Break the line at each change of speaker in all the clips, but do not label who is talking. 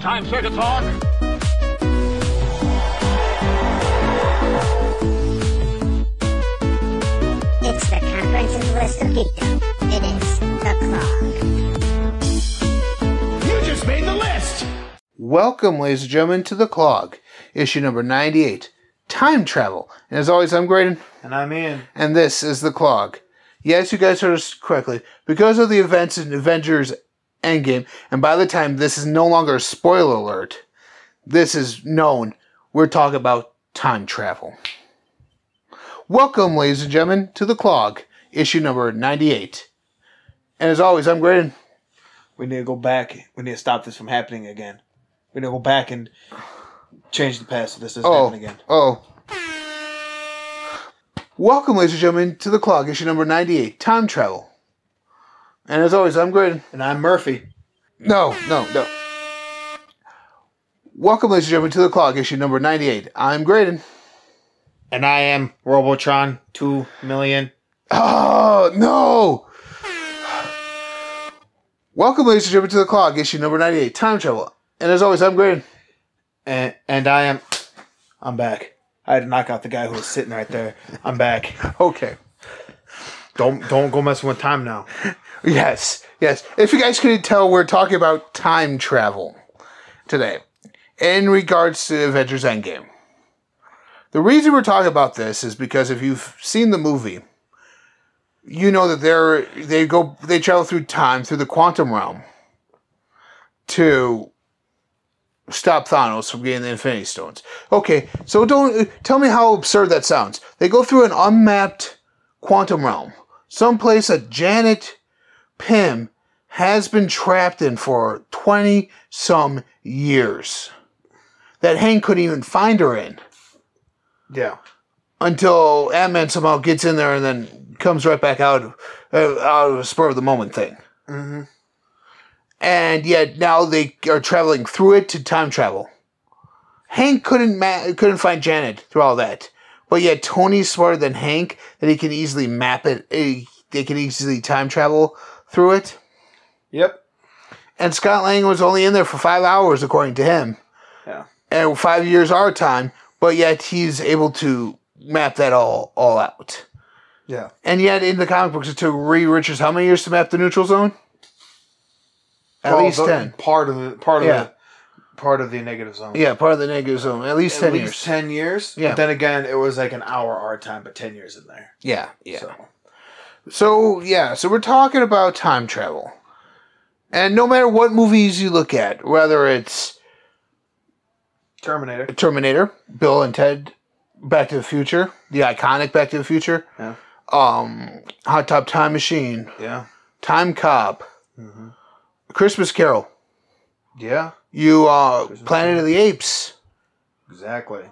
Time circuits on.
It's the comprehensive list of geekdom. It is the clock.
You just made the list!
Welcome, ladies and gentlemen, to The Clog, issue number 98, Time Travel. And as always, I'm Graydon,
And I'm in.
and this is The Clog. Yes, you guys heard us correctly. Because of the events in Avengers Endgame, and by the time this is no longer a spoiler alert, this is known, we're talking about time travel. Welcome, ladies and gentlemen, to The Clog, issue number 98. And as always, I'm Graydon.
We need to go back. We need to stop this from happening again. We need to go back and change the past so this doesn't
Oh,
happen again.
oh. Welcome, ladies and gentlemen, to the clog, issue number 98, Time Travel. And as always, I'm Graydon.
And I'm Murphy.
No, no, no. Welcome, ladies and gentlemen, to the clog, issue number 98. I'm Graydon.
And I am Robotron 2 million.
Oh, no! Welcome, ladies and gentlemen, to the clog, issue number 98, Time Travel. And as always, I'm Graydon.
And, and I am. I'm back. I had to knock out the guy who was sitting right there. I'm back.
Okay.
Don't don't go messing with time now.
Yes, yes. If you guys couldn't tell, we're talking about time travel today in regards to Avengers Endgame. The reason we're talking about this is because if you've seen the movie, you know that they're they go they travel through time through the quantum realm to stop Thanos from getting the Infinity Stones. Okay, so don't tell me how absurd that sounds. They go through an unmapped quantum realm, someplace that Janet Pym has been trapped in for 20 some years that Hank couldn't even find her in
Yeah.
until Ant Man somehow gets in there and then comes right back out, uh, out of a spur of the moment thing. Mm-hmm. And yet now they are traveling through it to time travel. Hank couldn't ma- couldn't find Janet through all that, but yet Tony's smarter than Hank that he can easily map it. eh, They can easily time travel through it.
Yep.
And Scott Lang was only in there for five hours, according to him.
Yeah.
And five years our time, but yet he's able to map that all all out.
Yeah.
And yet in the comic books, it took Reed Richards how many years to map the neutral zone? At
Well,
least
the-
ten.
Part of the part of
Yeah.
the part of the negative zone.
Yeah, part of the negative zone. At least
At
ten
least
years.
ten years.
Yeah.
But then again, it was like an hour our time, but ten years in there.
Yeah, yeah.
So.
So yeah, so we're talking about time travel, and no matter what movies you look at, whether it's
Terminator.
Terminator, Bill and Ted, Back to the Future, the iconic Back to the Future,
Yeah.
um, Hot Top Time Machine,
Yeah.
Time Cop, Christmas Carol,
Yeah.
you uh, Planet of the Apes,
Exactly.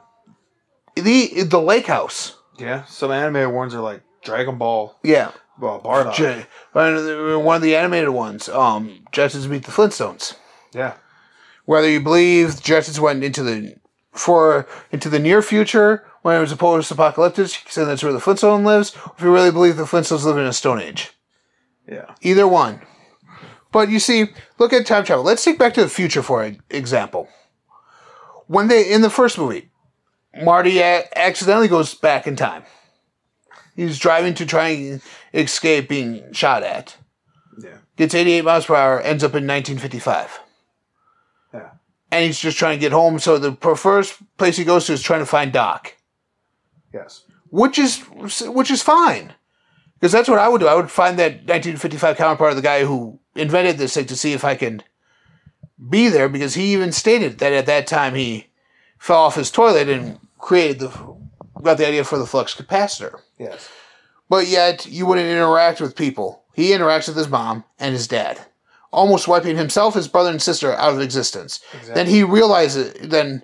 the the Lake House,
Yeah. Some animated ones are like Dragon Ball,
yeah,
well, Bardock.
J- one of the animated ones, um, Jetsons Meet the Flintstones.
yeah.
whether you believe the Jetsons went into the for into the near future when it was a post-apocalyptic, and that's where the Flintstone lives, or if you really believe the Flintstones live in a Stone Age.
Yeah.
Either one. But you see, look at time travel. Let's take Back to the Future for an example. When they in the first movie, Marty a- accidentally goes back in time. He's driving to try and escape being shot at.
Yeah.
Gets 88 miles per hour, ends up in 1955
Yeah.
and he's just trying to get home. So the per- first place he goes to is trying to find Doc,
Yes.
which is which is fine, because that's what I would do. I would find that 1955 counterpart of the guy who invented this thing to see if I can be there, because he even stated that at that time he fell off his toilet and created the got the idea for the flux capacitor.
Yes.
But yet you wouldn't interact with people. He interacts with his mom and his dad, almost wiping himself, his brother, and sister out of existence. Then he realizes. Then,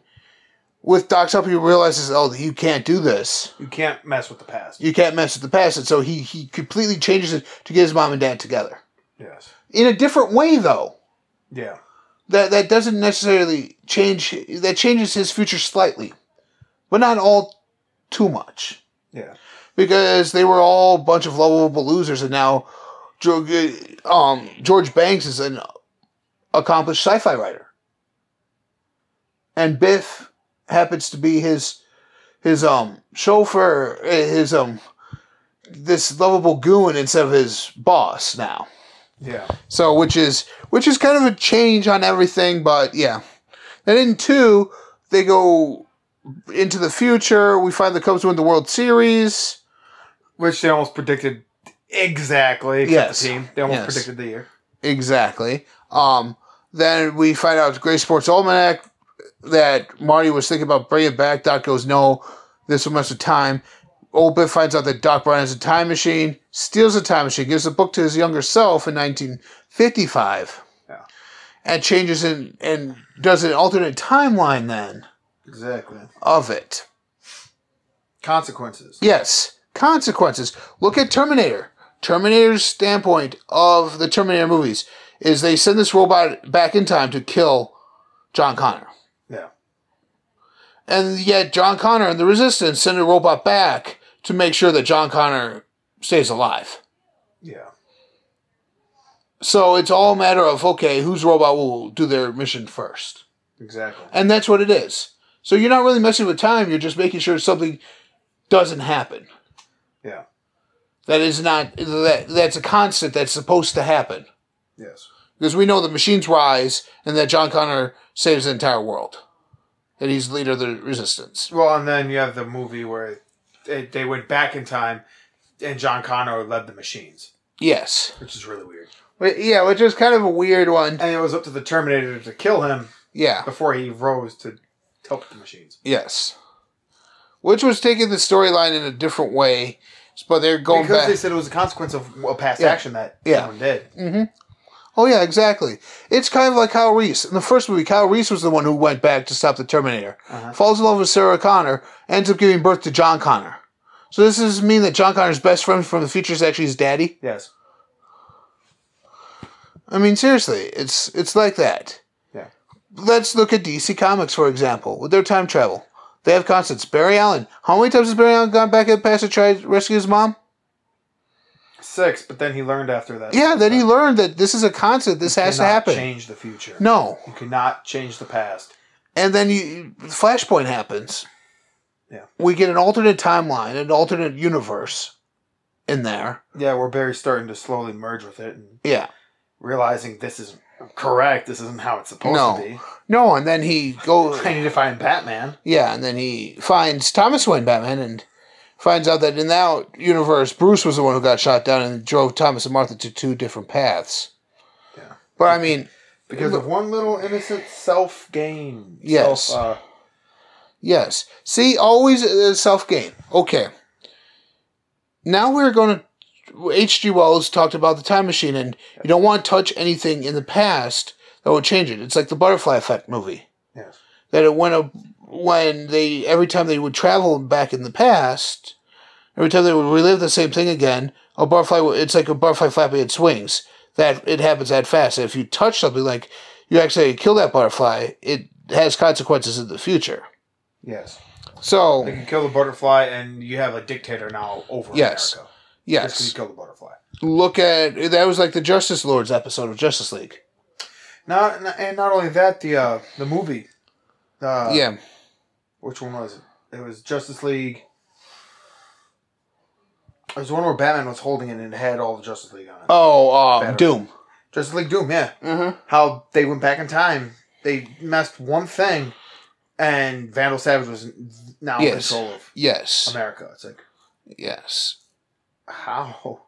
with Doc's help, he realizes, oh, you can't do this.
You can't mess with the past.
You can't mess with the past. And so he he completely changes it to get his mom and dad together
Yes.
in a different way, though.
Yeah.
That that doesn't necessarily change. That changes his future slightly, but not all too much.
Yeah.
because they were all a bunch of lovable losers, and now Jo- um, George Banks is an accomplished sci-fi writer. and Biff happens to be his his um chauffeur, eh, his um this lovable goon instead of his boss now.
Yeah.
So which is which is kind of a change on everything, but yeah. Then in two, they go into the future. We find the Cubs win the World Series.
Which they almost predicted exactly. Except
Yes.
The team. They almost
Yes.
predicted the year.
Exactly. Um, then we find out Gray Sports Almanac that Marty was thinking about bringing it back. Doc goes, no, this will mess with time. Old Biff finds out that Doc Brown has a time machine, steals a time machine, gives the book to his younger self in 1955,
Yeah.
and changes in and does an alternate timeline then
Exactly.
of it.
Consequences.
Yes, consequences. Look at Terminator. Terminator's standpoint of the Terminator movies is they send this robot back in time to kill John Connor.
Yeah.
And yet, John Connor and the Resistance send a robot back to make sure that John Connor stays alive.
Yeah.
So it's all a matter of okay, whose robot will do their mission first.
Exactly.
And that's what it is. So you're not really messing with time, you're just making sure something doesn't happen.
Yeah.
That is not that that's a constant that's supposed to happen.
Yes.
Because we know the machines rise and that John Connor saves the entire world. That he's leader of the resistance.
Well, and then you have the movie where they, they went back in time, and John Connor led the machines,
Yes.
which is really weird.
yeah, which is kind of a weird one.
And it was up to the Terminator to kill him
Yeah.
before he rose to help the machines.
Yes. Which was taking the storyline in a different way, but they're going
because
back.
they said it was a consequence of a past
Yeah.
action that
Yeah. Mm.
someone did.
oh yeah, exactly. It's kind of like Kyle Reese in the first movie. Kyle Reese was the one who went back to stop the Terminator.
Uh-huh.
Falls in love with Sarah Connor, ends up giving birth to John Connor. So this does mean that John Connor's best friend from the future is actually his daddy.
Yes.
I mean, seriously, it's it's like that.
Yeah.
Let's look at DC Comics, for example, with their time travel. They have constants. Barry Allen. How many times has Barry Allen gone back in the past to try to rescue his mom?
Six, but then he learned after that.
Yeah, then he learned that this is a constant. This
You
has to
Uh, cannot
happen.
Change the future.
No,
You cannot change the past.
and then you Flashpoint happens.
Yeah.
we get an alternate timeline, an alternate universe, in there.
Yeah, where Barry's starting to slowly merge with it and
Yeah,
realizing this isn't correct. This isn't how it's supposed
No.
to be.
no, and then he goes.
I need to find Batman.
Yeah, and then he finds Thomas Wayne Batman and finds out that in that universe, Bruce was the one who got shot down and drove Thomas and Martha to two different paths.
Yeah.
But I mean,
Because of one little innocent self gain.
Yes.
Self, uh,
yes. See, always uh, self game. Okay. Now we're going to. H.G. Wells talked about the time machine, and you don't want to touch anything in the past that would change it. It's like the butterfly effect movie.
yes.
that it went up when they every time they would travel back in the past, every time they would relive the same thing again. A butterfly, would- it's like a butterfly flapping its wings. That it happens that fast. If you touch something, like you actually kill that butterfly, it has consequences in the future.
Yes. They
So
can kill the butterfly, and you have a dictator now over
Yes.
America. Just 'cause
yes,
you killed the butterfly.
look at that was like the Justice Lords episode of Justice League.
Not, and not only that, the uh, the movie. Uh,
yeah,
Which one was it? It was Justice League. It was one where Batman was holding it and it had all the Justice League on it.
oh, uh,
better.
Doom.
Justice League Doom, yeah.
Mhm.
How they went back in time. They messed one thing, and Vandal Savage was now in
Yes.
control of
Yes,
America. It's like,
yes,
how?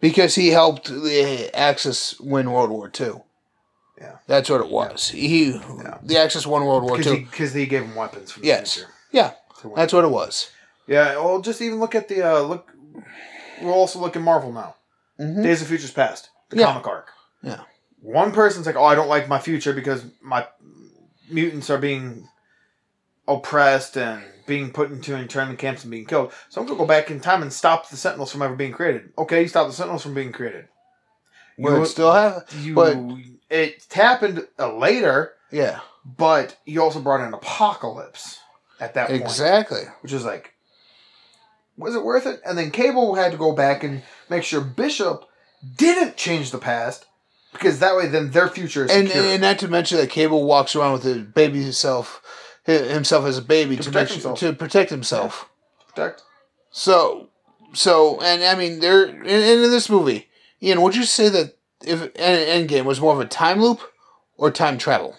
because he helped the Axis win World War Two.
Yeah.
that's what it was. He, the Axis won World War
Because
Two.
he, 'cause he gave him weapons from
Yes.
the future.
yeah,
to win.
that's what it was.
yeah, well, just even look at the, uh, look, we'll also look at Marvel now.
Mhm.
Days of Futures Past, the
Yeah.
comic arc.
Yeah.
One person's like, "Oh, I don't like my future because my mutants are being oppressed and being put into internment camps and being killed." So I'm gonna go back in time and stop the Sentinels from ever being created. Okay, you stop the Sentinels from being created.
You
Well,
would still have,
You,
but
it happened uh, later,
yeah,
but you also brought in Apocalypse at that point
exactly.
which was like, was it worth it? And then Cable had to go back and make sure Bishop didn't change the past because that way then their future is
and,
secure.
and not to mention that Cable walks around with his baby himself, hi- himself as a baby to,
protect
make-
himself.
to protect himself.
Protect.
So, so, and I mean, there and, and in this movie, Ian, would you say that if End- Endgame was more of a time loop or time travel?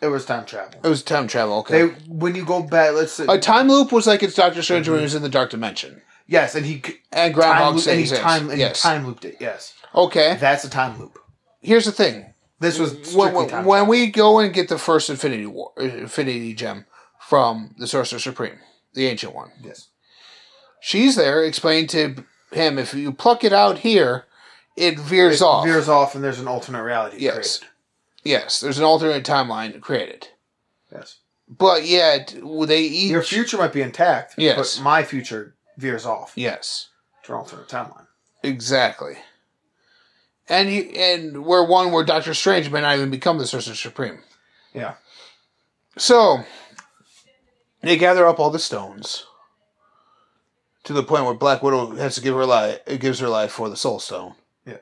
It was time travel.
It was time travel.
They
Okay,
when you go back, let's say,
a time loop was like it's Doctor Strange when he was in the dark dimension
yes, and he c-
and
Mm-hmm. time
Groundhog
loop, and
Day
he
exists.
time and he
yes.
time looped it. Yes,
okay.
that's a time loop.
Here's the thing.
This was
when,
strictly
when,
time.
when we go and get the first Infinity War, uh, Infinity Gem from the Sorcerer Supreme, the Ancient One,
travel. yes,
she's there explaining to him if you pluck it out here, it veers
It
off.
veers off, and there's an alternate reality.
yes,
created.
yes. There's an alternate timeline created,
yes.
but yet well, they each
Your future might be intact.
Yes.
but my future veers off
Yes,
to an alternate timeline.
exactly. And he, and we're one where Doctor Strange may not even become the Sorcerer Supreme.
Yeah,
So they gather up all the stones to the point where Black Widow has to give her life. Gives her life for the Soul Stone.
Yeah.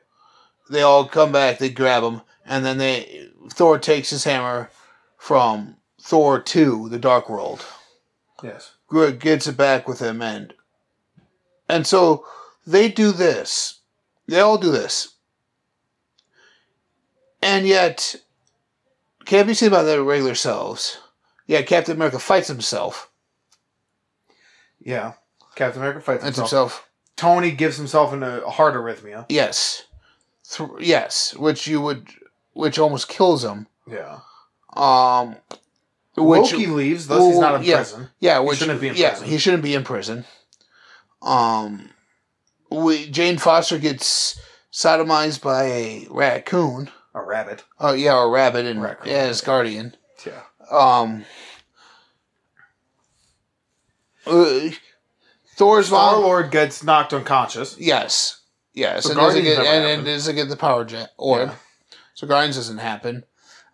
They all come back. They grab him, and then they Thor takes his hammer from Thor Two, the Dark World.
yes,
Gr- Gets it back with him, and and so they do this. They all do this, and yet can't be seen by their regular selves. Yeah, Captain America fights himself.
yeah. Captain America fights
That's
himself.
himself.
Tony gives himself into a heart arrhythmia.
Yes. Th- yes, which you would, which almost kills him.
Yeah,
Um, which
Loki leaves, thus he's not in
Well, yeah.
prison.
yeah, which
shouldn't be in
yeah,
prison.
he shouldn't be in prison. Um, we, Jane Foster gets sodomized by a raccoon.
A rabbit.
Oh yeah, or rabbit and
Raccoon.
yeah, his guardian.
Yeah.
Um. uh, Thor's
Star
mom.
Lord gets knocked unconscious.
Yes. Yes.
So
and doesn't
Guardians
get
never
and, and
happened.
doesn't get the power jet orb.
Yeah.
So Guardians doesn't happen.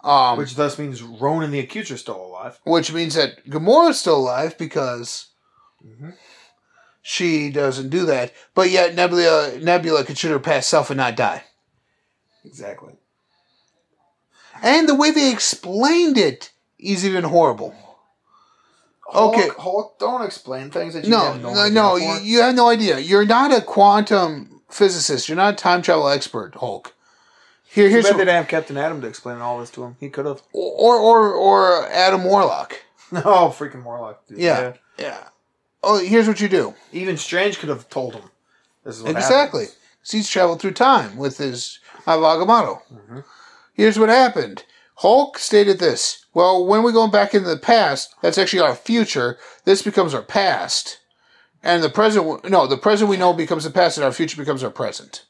Um which,
Which thus means Ronan the Accuser's still alive.
means that Gamora's still alive because
Mhm.
she doesn't do that. But yet Nebula Nebula could shoot her past self and not die.
Exactly.
And the way they explained it is even horrible. Okay.
Hulk, Hulk, don't explain things that you
No,
have no,
no,
idea
no
for.
you, you have no idea. You're not a quantum physicist. You're not a time travel expert, Hulk. Here,
Too
here's
bad they
what,
didn't have Captain Adam to explain all this to him. He could have.
or or or Adam Warlock.
Oh, freaking Morlock. Dude.
Yeah. Yeah. Oh, here's what you do.
Even Strange could have told him. This is what
exactly.
happens.
'Cause He's traveled through time with his Avagamato.
Mhm.
Here's what happened. Hulk stated this. Well, when we go back into the past, that's actually our future. This becomes our past, and the present. No, the present we know becomes the past, and our future becomes our present.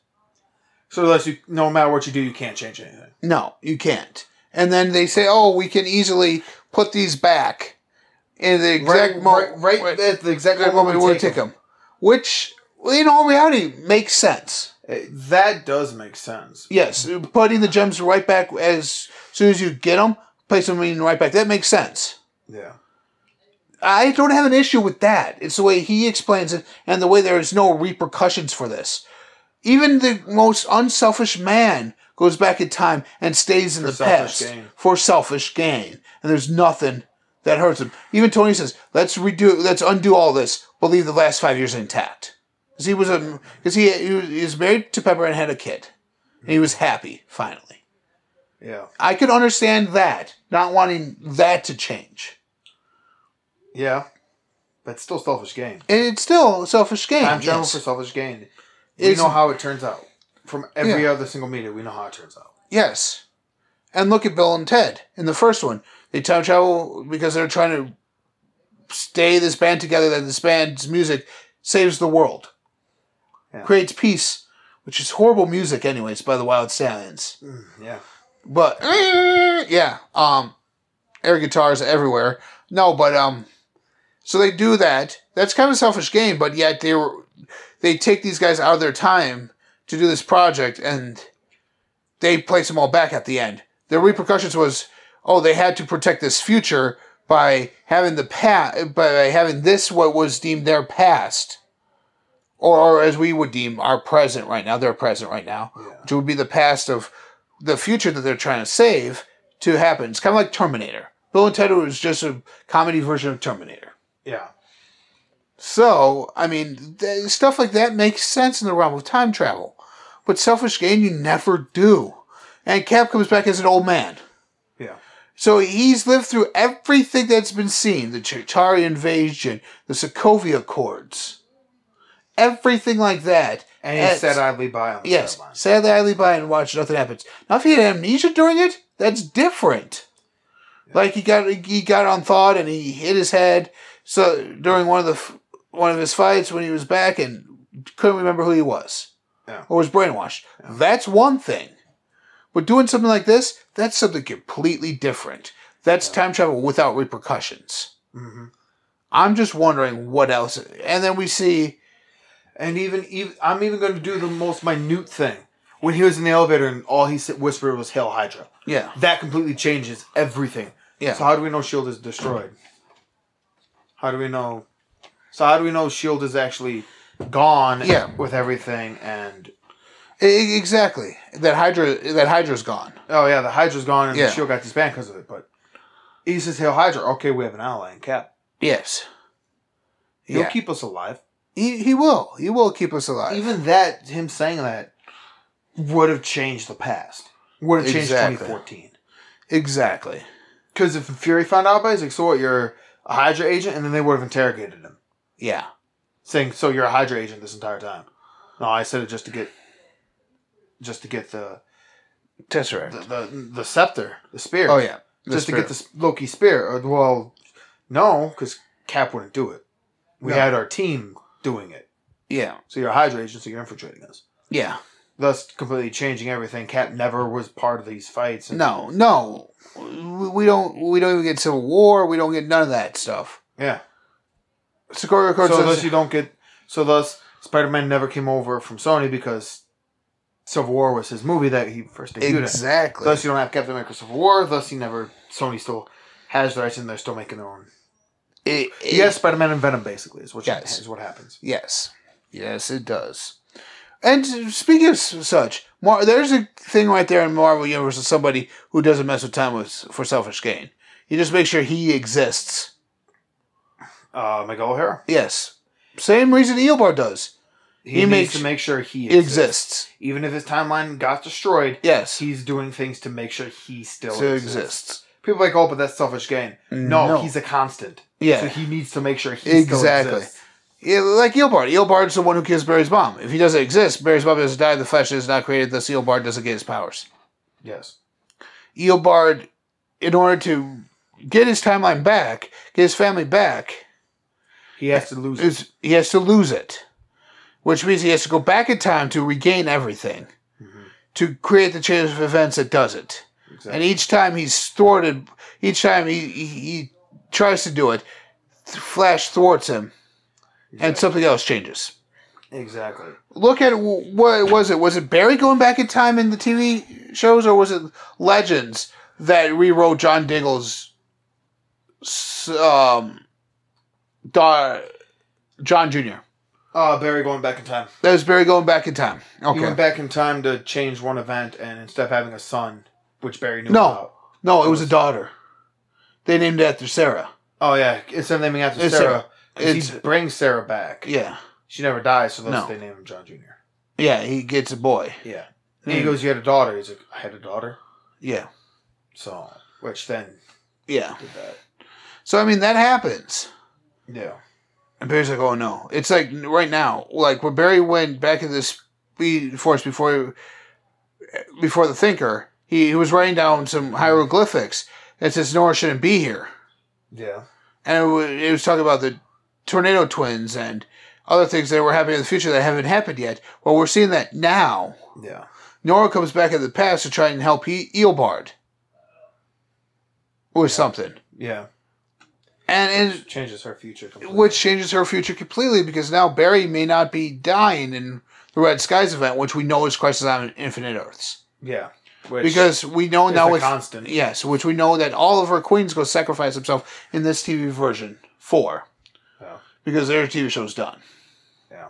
So unless you, no matter what you do, you can't change anything.
No, you can't. And then they say, "Oh, we can easily put these back in the exact
right,
moment."
right, right at the exact moment,
moment we want
take
to take
him.
them, which in all reality makes sense.
Uh, That does make sense.
Yes, putting the gems right back as soon as you get them, place them in right back. That makes sense.
Yeah.
I don't have an issue with that. It's the way he explains it and the way there is no repercussions for this. Even the most unselfish man goes back in time and stays in
For
the
selfish
past
gain.
for selfish gain. And there's nothing that hurts him. Even Tony says, let's redo, let's undo all this, but leave the last five years intact. Because he was a, because he, he was- he was married to Pepper and had a kid. And he was happy, finally.
Yeah.
I could understand that, not wanting that to change.
Yeah. But still selfish gain.
And it's still a selfish game.
Time travel
yes.
for selfish gain. We
It's-
know how it turns out. From every
Yeah.
other single media, we know how it turns out.
Yes. And look at Bill and Ted in the first one. They time travel because they're trying to stay this band together that this band's music saves the world.
Yeah.
Creates peace, which is horrible music anyways by the Wild Stallions.
Mm, yeah.
But yeah, um air guitars everywhere. No, but um so they do that. That's kind of a selfish game, but yet they were they take these guys out of their time to do this project and they place them all back at the end. The repercussions was oh they had to protect this future by having the past by having this what was deemed their past or, or as we would deem our present right now their present right now
Yeah.
which would be the past of the future that they're trying to save to happen. It's kind of like Terminator. Bill and Ted was just a comedy version of Terminator.
Yeah.
So, I mean, th- stuff like that makes sense in the realm of time travel. But selfish gain, you never do. And Cap comes back as an old man.
Yeah.
So he's lived through everything that's been seen the Chitauri invasion, the Sokovia Accords, everything like that.
And
Yes.
he said idly by on the
Yes,
sideline.
sadly, I leave by and watch nothing happens. Now, if he had amnesia during it, that's different. Like he got he got on thought and he hit his head. So during one of the f- one of his fights when he was back and couldn't remember who he was,
Yeah.
or was brainwashed. That's one thing, but doing something like this, that's something completely different. That's time travel without repercussions.
hmm
I'm just wondering what else. And then we see,
And even, even I'm even going to do the most minute thing. When he was in the elevator and all he said, whispered was "Hail Hydra,"
yeah,
that completely changes everything.
yeah,
So how do we know Shield E is destroyed? How do we know? So how do we know Shield E is actually gone?
Yeah.
with everything and
E- e- exactly. That Hydra, that Hydra's gone.
oh yeah, the Hydra's gone and
Yeah.
the Shield got disbanded because of it. But he says "Hail Hydra." Okay, we have an ally in Cap.
Yes.
He'll
Yeah.
keep us alive.
he, he will. He will keep us alive.
Even that, him saying that, would have changed the past. Would have changed
Exactly.
2014.
exactly.
Because if Fury found out about it, he's like, so what, you're a Hydra agent? And then they would have interrogated him,
Yeah.
saying, so you're a Hydra agent this entire time. No, I said it just to get, just to get the
Tesseract.
the, the, the scepter, the spear.
oh yeah.
just to get
spirit.
the s- Loki spear. Or, well, no, because Cap wouldn't do it. We
No.
had our team doing it.
Yeah.
So you're a Hydra agent, so you're infiltrating us.
Yeah.
Thus, completely changing everything. Cap never was part of these fights. and-
No. No. We we don't. We don't even get civil war. We don't get none of that stuff.
Yeah.
Sokovia Accords.
so
doesn't-
thus you don't get. So thus Spider Man never came over from Sony because Civil War was his movie that he first debuted. in.
exactly.
Thus you don't have Captain America Civil War. Thus he never Sony still has the rights and they're still making their own.
It- it-
Yes, Spider Man and Venom basically is what
Yes.
is what happens.
Yes. Yes, it does. And speaking of s- such, Mar- there's a thing right there in Marvel Universe of somebody who doesn't mess with time with, for selfish gain. You just make sure he exists.
Uh, Miguel O'Hara.
Yes. Same reason Eobard does.
He,
He
needs
makes-
to make sure he
Exists.
exists. even if his timeline got destroyed.
Yes.
He's doing things to make sure he still
Still
exists.
exists.
People are like, oh, but that's selfish gain. No,
No.
he's a constant.
Yeah.
So he needs to make sure he
Exactly.
still exists.
Yeah, like Eobard. Eobard's the one who kills Barry's mom. If he doesn't exist, Barry's mom doesn't die, the flesh is not created, thus Eobard doesn't get his powers.
Yes.
Eobard, in order to get his timeline back, get his family back,
He has to lose. it.
is he has to lose it, which means he has to go back in time to regain everything,
Mm-hmm.
to create the chain of events that does it.
Exactly.
And each time he's thwarted, each time he he, he tries to do it, th- Flash thwarts him, and something else changes.
Exactly.
Look at w- what was it? Was it Barry going back in time in the TV shows, or was it Legends that rewrote John Dingle's s- um, da- John Junior?
Uh, Barry going back in time.
That was Barry going back in time.
He
Okay.
went back in time to change one event, and instead of having a son, which Barry knew
No.
about.
no, it was a daughter. They named it after Sarah.
Oh yeah, instead of naming after
It's
Sarah,
Sarah.
'cause
It's-
he brings Sarah back.
Yeah.
She never dies, so thus
No.
they name him John Junior.
Yeah, he gets a boy.
Yeah. Mm. And he goes, "You had a daughter." He's like, "I had a daughter."
Yeah.
So, which then
Yeah.
did that?
So, I mean, that happens.
Yeah.
And Barry's like, oh no. It's like right now, like where Barry went back in the Speed Force before before the Thinker, he, he was writing down some hieroglyphics that says Nora shouldn't be here.
Yeah.
And it was, it was talking about the Tornado Twins and other things that were happening in the future that haven't happened yet. Well, we're seeing that now.
Yeah.
Nora comes back in the past to try and help he- Eobard or something.
Yeah.
And it,
Changes her future. Completely.
which changes her future completely because now Barry may not be dying in the Red Skies event, which we know is Crisis on Infinite Earths.
Yeah. Which
Because we know
is
now
a
it's
constant.
yes, which we know that all of her queens go sacrifice themselves in this TV version four
Yeah.
because their TV show's done.
Yeah.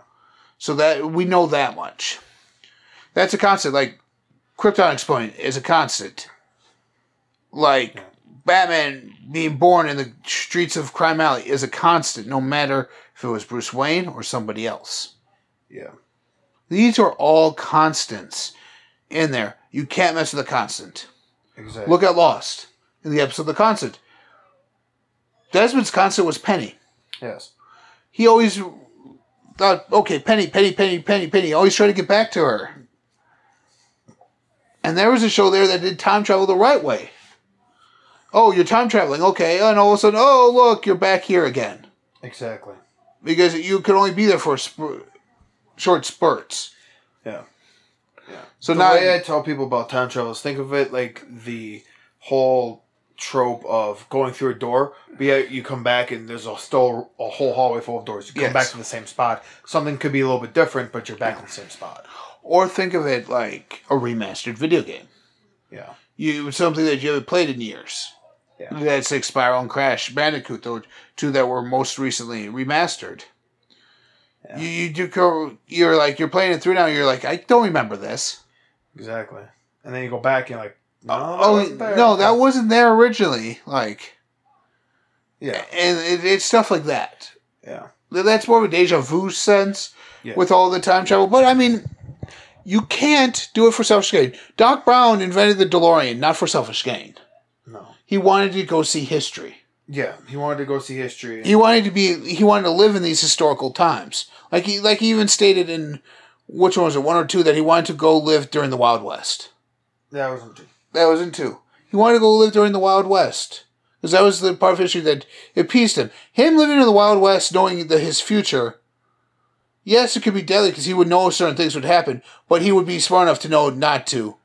So that we know that much. That's a constant. Like Krypton exploding is a constant. Like Batman being born in the streets of Crime Alley is a constant, no matter if it was Bruce Wayne or somebody else.
Yeah.
These are all constants in there. You can't mess with a constant.
Exactly.
Look at Lost in the episode The Constant. Desmond's constant was Penny.
Yes.
He always thought, okay, Penny, Penny, Penny, Penny, Penny. Always try to get back to her. And there was a show there that did time travel the right way. Oh, you're time traveling, okay. And all of a sudden, oh, look, you're back here again.
Exactly.
Because you could only be there for sp- short spurts.
Yeah.
So
the
now.
way I tell people about time travel is think of it like the whole trope of going through a door, but yet you come back and there's a still a whole hallway full of doors. You come
Yes.
back to the same spot. Something could be a little bit different, but you're back in the same spot.
or think of it like a remastered video game.
Yeah.
you something that you haven't played in years.
Yeah.
That's like Spiral and Crash Bandicoot, the two that were most recently remastered.
Yeah.
You you do go, you're like you're playing it through now. You're like I don't remember this.
Exactly. And then you go back and you're like, no,
oh no, that wasn't there originally. Like
yeah,
and it, it's stuff like that.
yeah,
Th- That's more of a deja vu sense
Yeah.
with all the time travel. But I mean, you can't do it for selfish gain. Doc Brown invented the DeLorean not for selfish gain.
no,
He wanted to go see history.
yeah. He wanted to go see history.
he wanted to be he wanted to live in these historical times like he like he even stated in which one was it one or two that he wanted to go live during the wild west
that wasn't true.
that was in two he wanted to go live during the wild west because that was the part of history that appeased him him living in the wild west knowing the, his future yes it could be deadly because he would know certain things would happen but he would be smart enough to know not to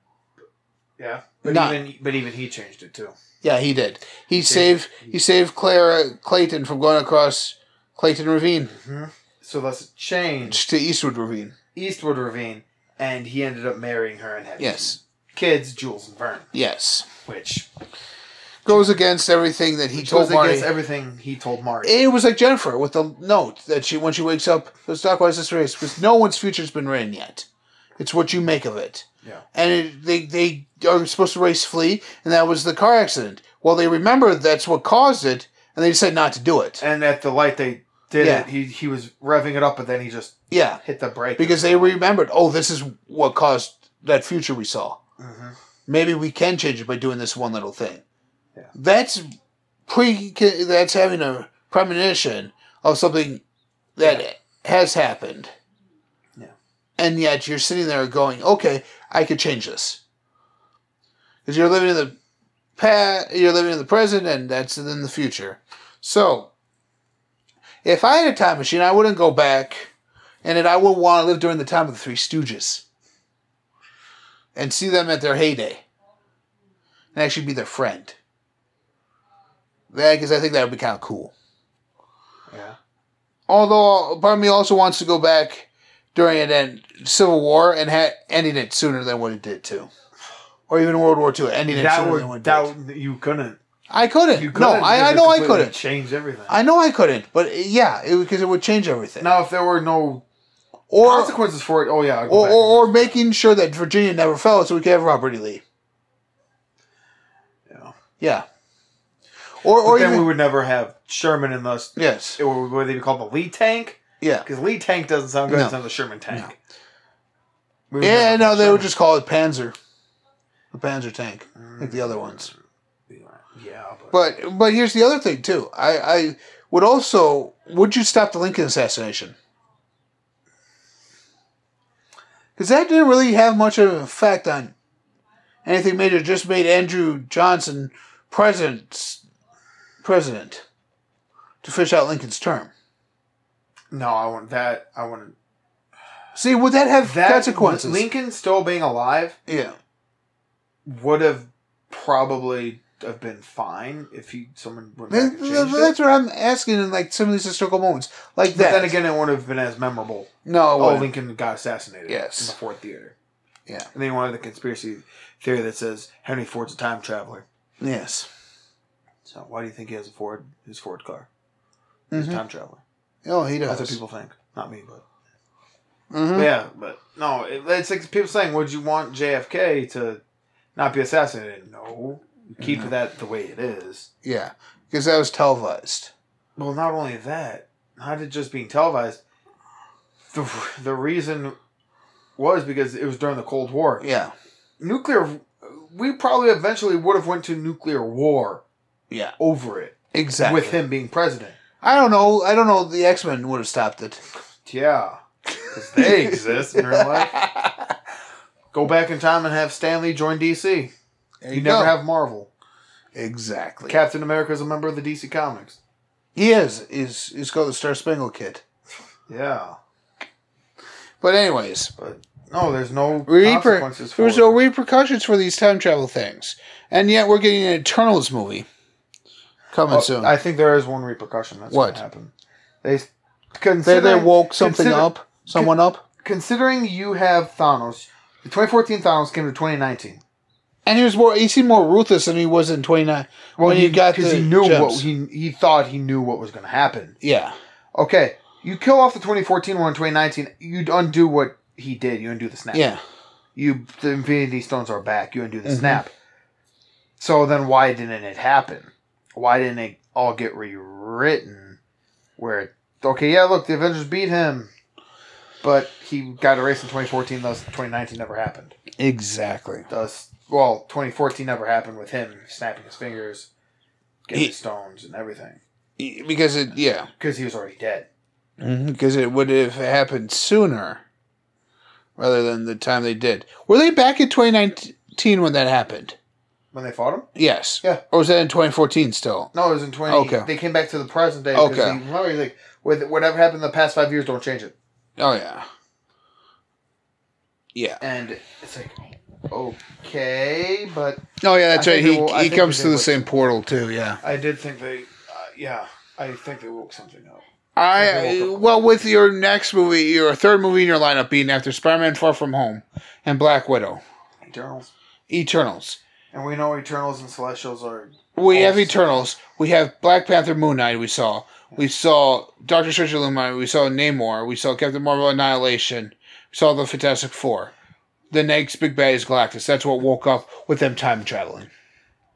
Yeah, but
Not-
even but even he changed it too.
yeah he did he saved he saved clara clayton from going across clayton ravine
So that's a change.
to eastwood ravine
Eastwood Ravine, and he ended up marrying her and having
yes
kids, Jules and Vern,
Yes.
which
Goes against everything that he
goes
told Marty.
against everything he told Marty.
it was like Jennifer with the note that she, when she wakes up, goes, Doc, why is this race? Because no one's future's been written yet. It's what you make of it.
Yeah.
And it, they, they are supposed to race Flea, and that was the car accident. Well, they remember that's what caused it, and they decided not to do it.
and at the light they did
Yeah.
it. He he was revving it up, but then he just
Yeah.
hit the brake
Because they remembered, oh, this is what caused that future we saw.
hmm
maybe we can change it by doing this one little thing.
Yeah.
That's pre. That's having a premonition of something that has happened.
Yeah.
And yet you're sitting there going, "Okay, I could change this," because you're living in the past, you're living in the present, and that's in the future. So, if I had a time machine, I wouldn't go back, and it, I would want to live during the time of the Three Stooges, and see them at their heyday, and actually be their friend. That because I think that would be kind of cool.
Yeah,
Although part of me also wants to go back during an end, Civil War and ha- ending it sooner than what it did too, or even World War II ending it
that
sooner than what
would
it
that
did.
would- you couldn't.
I couldn't.
You
no,
couldn't
I,
because
I
it
know I
completely
couldn't.
Changed everything.
I know I couldn't, but uh, yeah, it, because it would change everything.
now, if there were no
or,
consequences for it, oh yeah, I'd go
or,
back.
or or making sure that Virginia never fell, so we could have Robert E. Lee.
Yeah.
Yeah. Or
But
or
then
even
we would never have Sherman unless
yes.
it would, would they be called the Lee tank
Yeah.
because Lee tank doesn't sound good.
No.
It's not the Sherman tank. We would
Yeah.
never
No,
have
they would
Sherman.
just call it Panzer, the Panzer tank, like the other ones.
yeah, but,
But but here's the other thing too. I I would also would you stop the Lincoln assassination? Because that didn't really have much of an effect on anything major. It Just made Andrew Johnson president president to fish out Lincoln's term.
no, I want that. I want
See, would that have
that.
consequences?
Lincoln still being alive
yeah,
would have probably have been fine if he someone would have
That-
changed
that-
it.
that's what I'm asking in like some of these historical moments, like
But
that.
then again, it wouldn't have been as memorable.
no, it
Oh,
wouldn't.
Lincoln got assassinated.
Yes.
in the Ford Theater.
Yeah.
and then one of the conspiracy theory that says Henry Ford's a time traveler.
yes,
So why do you think he has a Ford? His Ford car. He's
Mhm.
a time traveler.
oh, he
That's what
does.
people think. Not me, but
Mhm.
Yeah, but no, it, it's like people saying, "Would you want JFK to not be assassinated?" No, you keep
Mm-hmm.
that the way it is.
Yeah, because that was televised.
Well, not only that, not it just being televised. The the reason was because it was during the Cold War.
Yeah,
Nuclear, we probably eventually would have went to nuclear war
yeah,
over it
exactly.
with him being president.
I don't know. I don't know. The X Men would have stopped it.
Yeah, 'Cause they exist in real life. Go back in time and have Stanley join DC.
There
You, never
go.
have Marvel.
exactly.
Captain America is a member of the DC Comics.
he is. Is he's called the Star Spangled Kid.
Yeah,
But anyways,
but no, there's no
Reaper,
consequences for
there's
it.
no repercussions for these time travel things, and yet we're getting an Eternals movie coming
Oh,
soon.
I think there is one repercussion that's
What?
what happened. They s-
they,
considering,
they woke something
consider-
up, someone up,
Considering you have Thanos, the 2014 Thanos came to 2019.
and he was more. He seemed more ruthless than he was in twenty nine. when he, got the
because he knew what
gems.
he he thought he knew what was going to happen.
yeah,
Okay, you kill off the 2014 one in 2019. You undo what he did. You undo the snap.
yeah, Mm-hmm.
You the Infinity Stones are back. You undo the snap. So then, why didn't it happen? Why didn't it all get rewritten? Where okay, yeah, look, the Avengers beat him, but he got erased in 2014. Thus, 2019 never happened.
exactly.
Thus, uh, well, 2014 never happened with him snapping his fingers, getting
He-
the stones and everything
E- Because it, yeah,
because he was already dead.
because it would have happened sooner rather than the time they did. Were they back in twenty nineteen when that happened?
When they fought him,
Yes.
Yeah.
Or was that in twenty fourteen still?
no, it was in 20.
Okay.
They came back to the present day. 'cause
Okay.
he- remember, he's like, with whatever happened in the past five years, don't change it.
Oh yeah. Yeah.
And it's like, okay, but
Oh yeah, that's
I
right.
think
He
they will- I
he
think
comes
they
through the
would.
same portal too. Yeah.
I did think they, uh, yeah, I think they woke something up.
I uh,
They will.
well with your next movie, your third movie in your lineup being after Spider-Man: Far From Home and Black Widow,
Eternals,
Eternals.
and we know Eternals and Celestials are
We have
Awesome.
Eternals. We have Black Panther, Moon Knight. We saw. We saw Doctor Strange, Illuminati. We saw Namor. We saw Captain Marvel, Annihilation. We saw the Fantastic Four. The next big bad is Galactus. That's what woke up with them time traveling.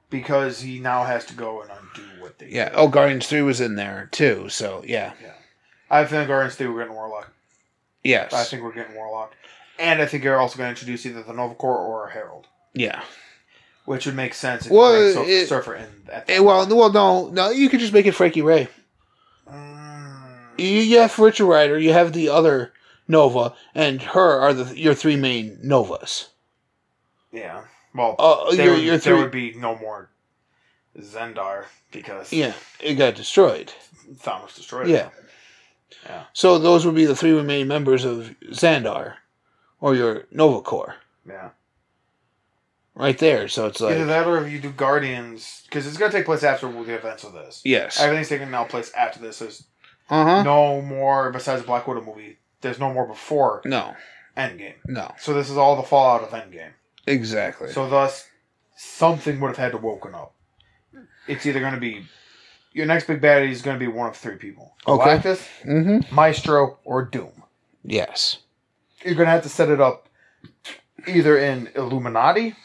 because he now has to go and undo what they.
Yeah. Oh, Guardians Three was in there too. So yeah.
I think Guardians Three we're getting Warlock.
Yes.
I think we're getting Warlock, and I think they're also going to introduce either the Nova Corps or a Herald,
Yeah.
which would make sense. If
Well,
you make Sur-
it-
Surfer in at
Eh, well, well, no, no. You could just make it Frankie Ray.
Mm,
You, you have Richard Rider. You have the other Nova, and her are the your three main Novas.
yeah. Well,
Uh,
there,
your
would,
your
there
three.
would be no more Zendar because
Yeah, it got destroyed.
Thanos destroyed
Yeah.
it. Yeah.
So those would be the three remaining members of Xandar, or your Nova Corps,
Yeah.
right there. So it's
Either
like
that or if you do Guardians, because it's going to take place after the events of this.
yes, uh
Everything's taking now place after this. There's
huh.
no more, besides the Black Widow movie, there's no more before
No,
Endgame.
no,
So this is all the fallout of Endgame.
exactly.
So thus, something would have had to woken up. It's either going to be your next big baddie is going to be one of three people:
Okay.
Galactus,
mm-hmm.
Maestro, or Doom.
Yes.
You're going to have to set it up either in Illuminati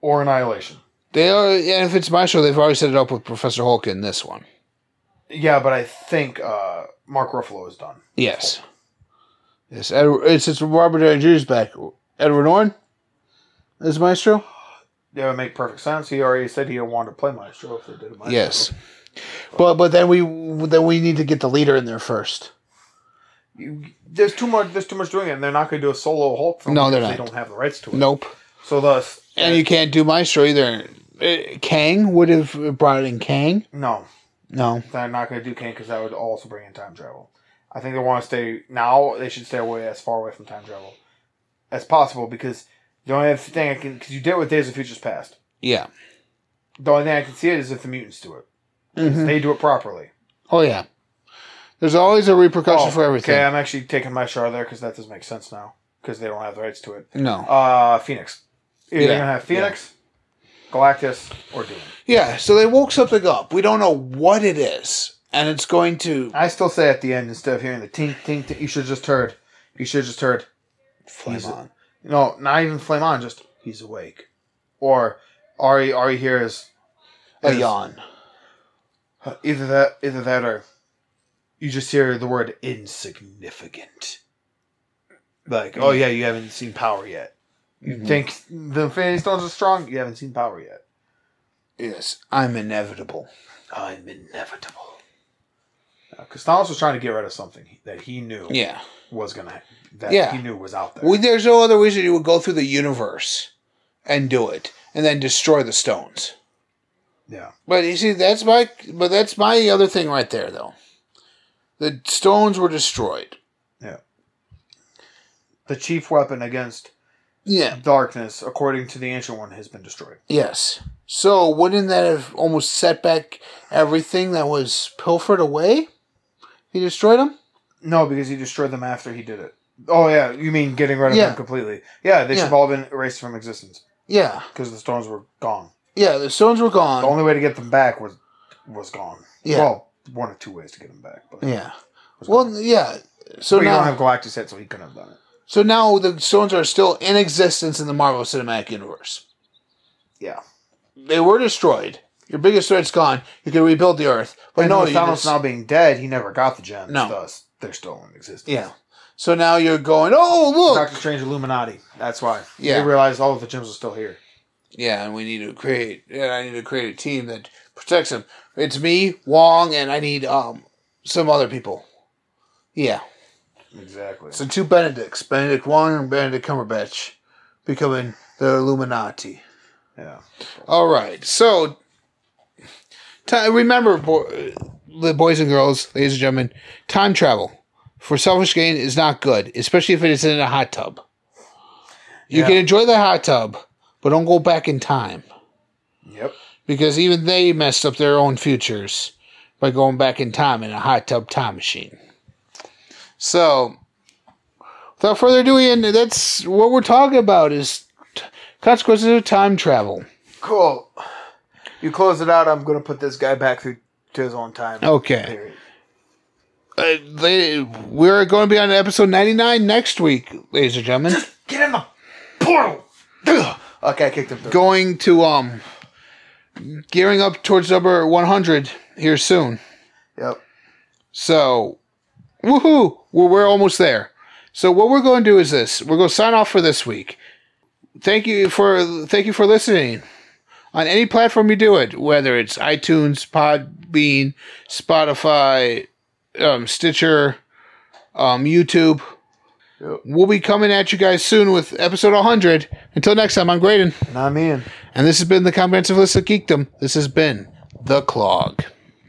or Annihilation.
They are, and if it's my show, they've already set it up with Professor Hulk in this one.
Yeah, but I think uh, Mark Ruffalo is done.
Yes. Yes, Edward, it's, it's Robert Downey Jr.'s back. Edward Norton is Maestro?
That would make perfect sense. He already said he wanted to play Maestro if they did a Maestro.
Yes. But but then we then we need to get the leader in there first.
You, there's too much. There's too much doing it, and they're not going to do a solo Hulk film.
No, they're
because
not.
They don't have the rights to it.
Nope.
So thus,
And you can't do Maestro either. Uh, Kang would have brought in Kang.
no,
No.
they're not going to do Kane because that would also bring in time travel. I think they want to stay now. They should stay away as far away from time travel as possible because the only other thing I can because you did it with Days of Futures Past.
Yeah.
The only thing I can see it is if the mutants do it. If
Mhm.
They do it properly.
Oh yeah. There's always a repercussion
Oh,
for everything.
Okay, I'm actually taking my shot there because that doesn't make sense now because they don't have the rights to it.
No.
Uh, Phoenix. Either
Yeah,
they're gonna have Phoenix, Galactus, or Doom.
Yeah. So they woke something up. We don't know what it is, and it's going to
I still say at the end instead of hearing the tink tink tink, you should just heard. You should just heard.
flame
he's
on.
No, not even flame on. Just he's awake, or Ari Ari here is
A
is-
yawn.
Either that, either that, or you just hear the word insignificant. Like,
Hmm.
oh yeah, you haven't seen power yet. You
Mhm.
think the Infinity Stones are strong? You haven't seen power yet.
Yes, I'm inevitable.
I'm inevitable. Because Uh, Thanos was trying to get rid of something that he knew
Yeah.
was gonna, that
Yeah.
he knew was out there.
We, there's no other reason you would go through the universe and do it, and then destroy the stones.
yeah,
But you see, that's my but that's my other thing right there, though. The stones were destroyed.
the chief weapon against
Yeah.
darkness, according to the ancient one, has been destroyed.
Yes. So wouldn't that have almost set back everything that was pilfered away? He destroyed them.
No, because he destroyed them after he did it. Oh yeah, you mean getting rid of
Yeah.
them completely? Yeah, they should
Yeah.
have all been erased from existence.
Yeah.
because the stones were gone.
Yeah. The stones were
The
gone.
only way to get them back was was gone.
Yeah.
Well, one or two ways to get them back, but
yeah.
was
Well,
gone.
yeah. So
but you
now,
don't have Galactus yet, so he couldn't have done it.
so now the stones are still in existence in the Marvel Cinematic Universe.
Yeah,
They were destroyed. Your biggest threat's gone. You can rebuild the Earth, but
but
no,
no, with
you
Thanos
just-
now being dead, he never got the gems.
No.
thus they're still in existence.
Yeah. So now you're going. Oh look,
Doctor Strange Illuminati. That's why.
Yeah.
They realized all of the gems are still here.
Yeah, and we need to create. And I need to create a team that protects him. It's me, Wong, and I need um some other people. Yeah,
Exactly.
so two Benedicts, Benedict Wong and Benedict Cumberbatch, becoming the Illuminati.
yeah.
All right, so ti remember, bo- the boys and girls, ladies and gentlemen, time travel for selfish gain is not good, especially if it is in a hot tub. You
Yeah.
can enjoy the hot tub, but don't go back in time
Yep.
because even they messed up their own futures by going back in time in a hot tub time machine. So, without further ado, Ian, that's what we're talking about is t- consequences of time travel.
Cool. You close it out. I'm gonna put this guy back through to his own time.
Okay,
Period.
uh, they, we're going to be on episode ninety nine next week, ladies and gentlemen.
Get in the portal. Ugh. Okay, I kicked him through.
Going to um, gearing up towards number one hundred here soon.
Yep.
So, woohoo! We're, we're almost there. So what we're going to do is this: we're going to sign off for this week. Thank you for thank you for listening on any platform you do it, whether it's iTunes, Podbean, Spotify, um, Stitcher, um, YouTube.
Yep.
We'll be coming at you guys soon with episode 100. Until next time, I'm Graydon,
And I'm in.
and this has been the comprehensive list of geekdom. This has been the Clog.